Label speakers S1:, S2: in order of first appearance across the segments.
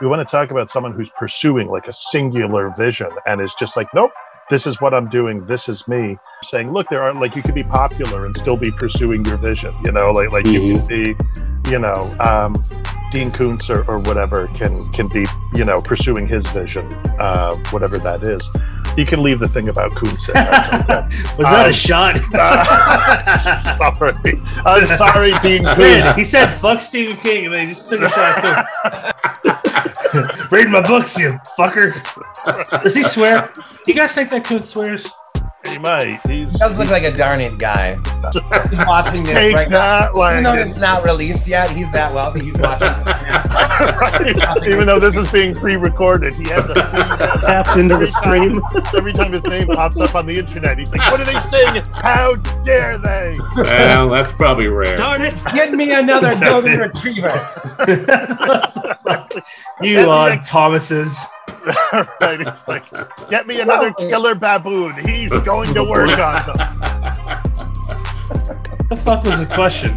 S1: we want to talk about someone who's pursuing like a singular vision and is just like, nope, this is what I'm doing. This is me saying, look, there are like, you could be popular and still be pursuing your vision, you know, like, like you
S2: Mhm.
S1: could be, you know, um, Dean Koontz or, or whatever can, can be, you know, pursuing his vision, uh, whatever that is. You can leave the thing about Koontz. in there.
S3: Was that a shot?
S1: sorry. I'm sorry, Dean
S3: Man,
S1: Koontz.
S3: he said fuck Stephen King and then he just took a shot. too. Read my books, you fucker. Does he swear? You guys think that coon swears?
S1: He might. He's
S4: Does look like a darn it guy. He's watching this
S1: take
S4: right now.
S1: that,
S4: Even
S1: like,
S4: though it's not released yet, he's that wealthy. He's watching. this right now.
S1: Right. Even though this is being pre-recorded, he has a
S5: Tapped into the stream.
S1: every time his name pops up on the internet. He's like, "What are they saying? How dare they?"
S2: well, that's probably rare.
S5: Darn it!
S4: Get me another
S3: Exactly.
S4: golden retriever.
S3: You uh, Thomases.
S1: right? It's like, "Get me another killer baboon. He's going to work on them."
S3: What the fuck was the question?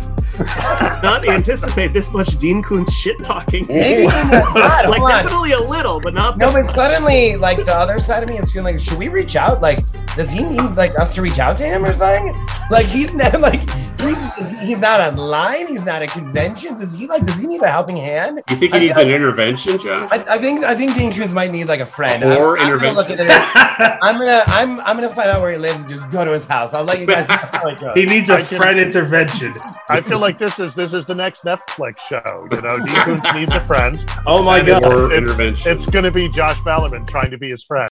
S5: Not anticipate this much Dean Koontz shit talking.
S4: Maybe
S5: like
S4: even that. God, hold on.
S5: definitely a little, but not
S4: No,
S5: this
S4: but
S5: much.
S4: suddenly, like the other side of me is feeling like, should we reach out? Like, does he need like us to reach out to him or something? Like, he's not like he's he's not online. He's not at conventions. Is he like? Does he need a helping hand?
S2: You think he needs an intervention, John?
S4: I, I think I think Dean Cruz might need like a friend. I'm-
S2: Or
S4: I'm, gonna look
S2: intervention.
S4: at it. I'm gonna I'm I'm gonna find out where he lives and just go to his house. I'll let you guys know how it goes.
S3: He needs a
S1: I can-
S3: friend intervention.
S1: I feel like this is this is the next Netflix show. You know, Dean Koontz needs a friend.
S3: Oh my
S1: God.
S2: Or
S1: It's-
S2: intervention.
S1: It's going to be Josh Ballerman trying to be his friend.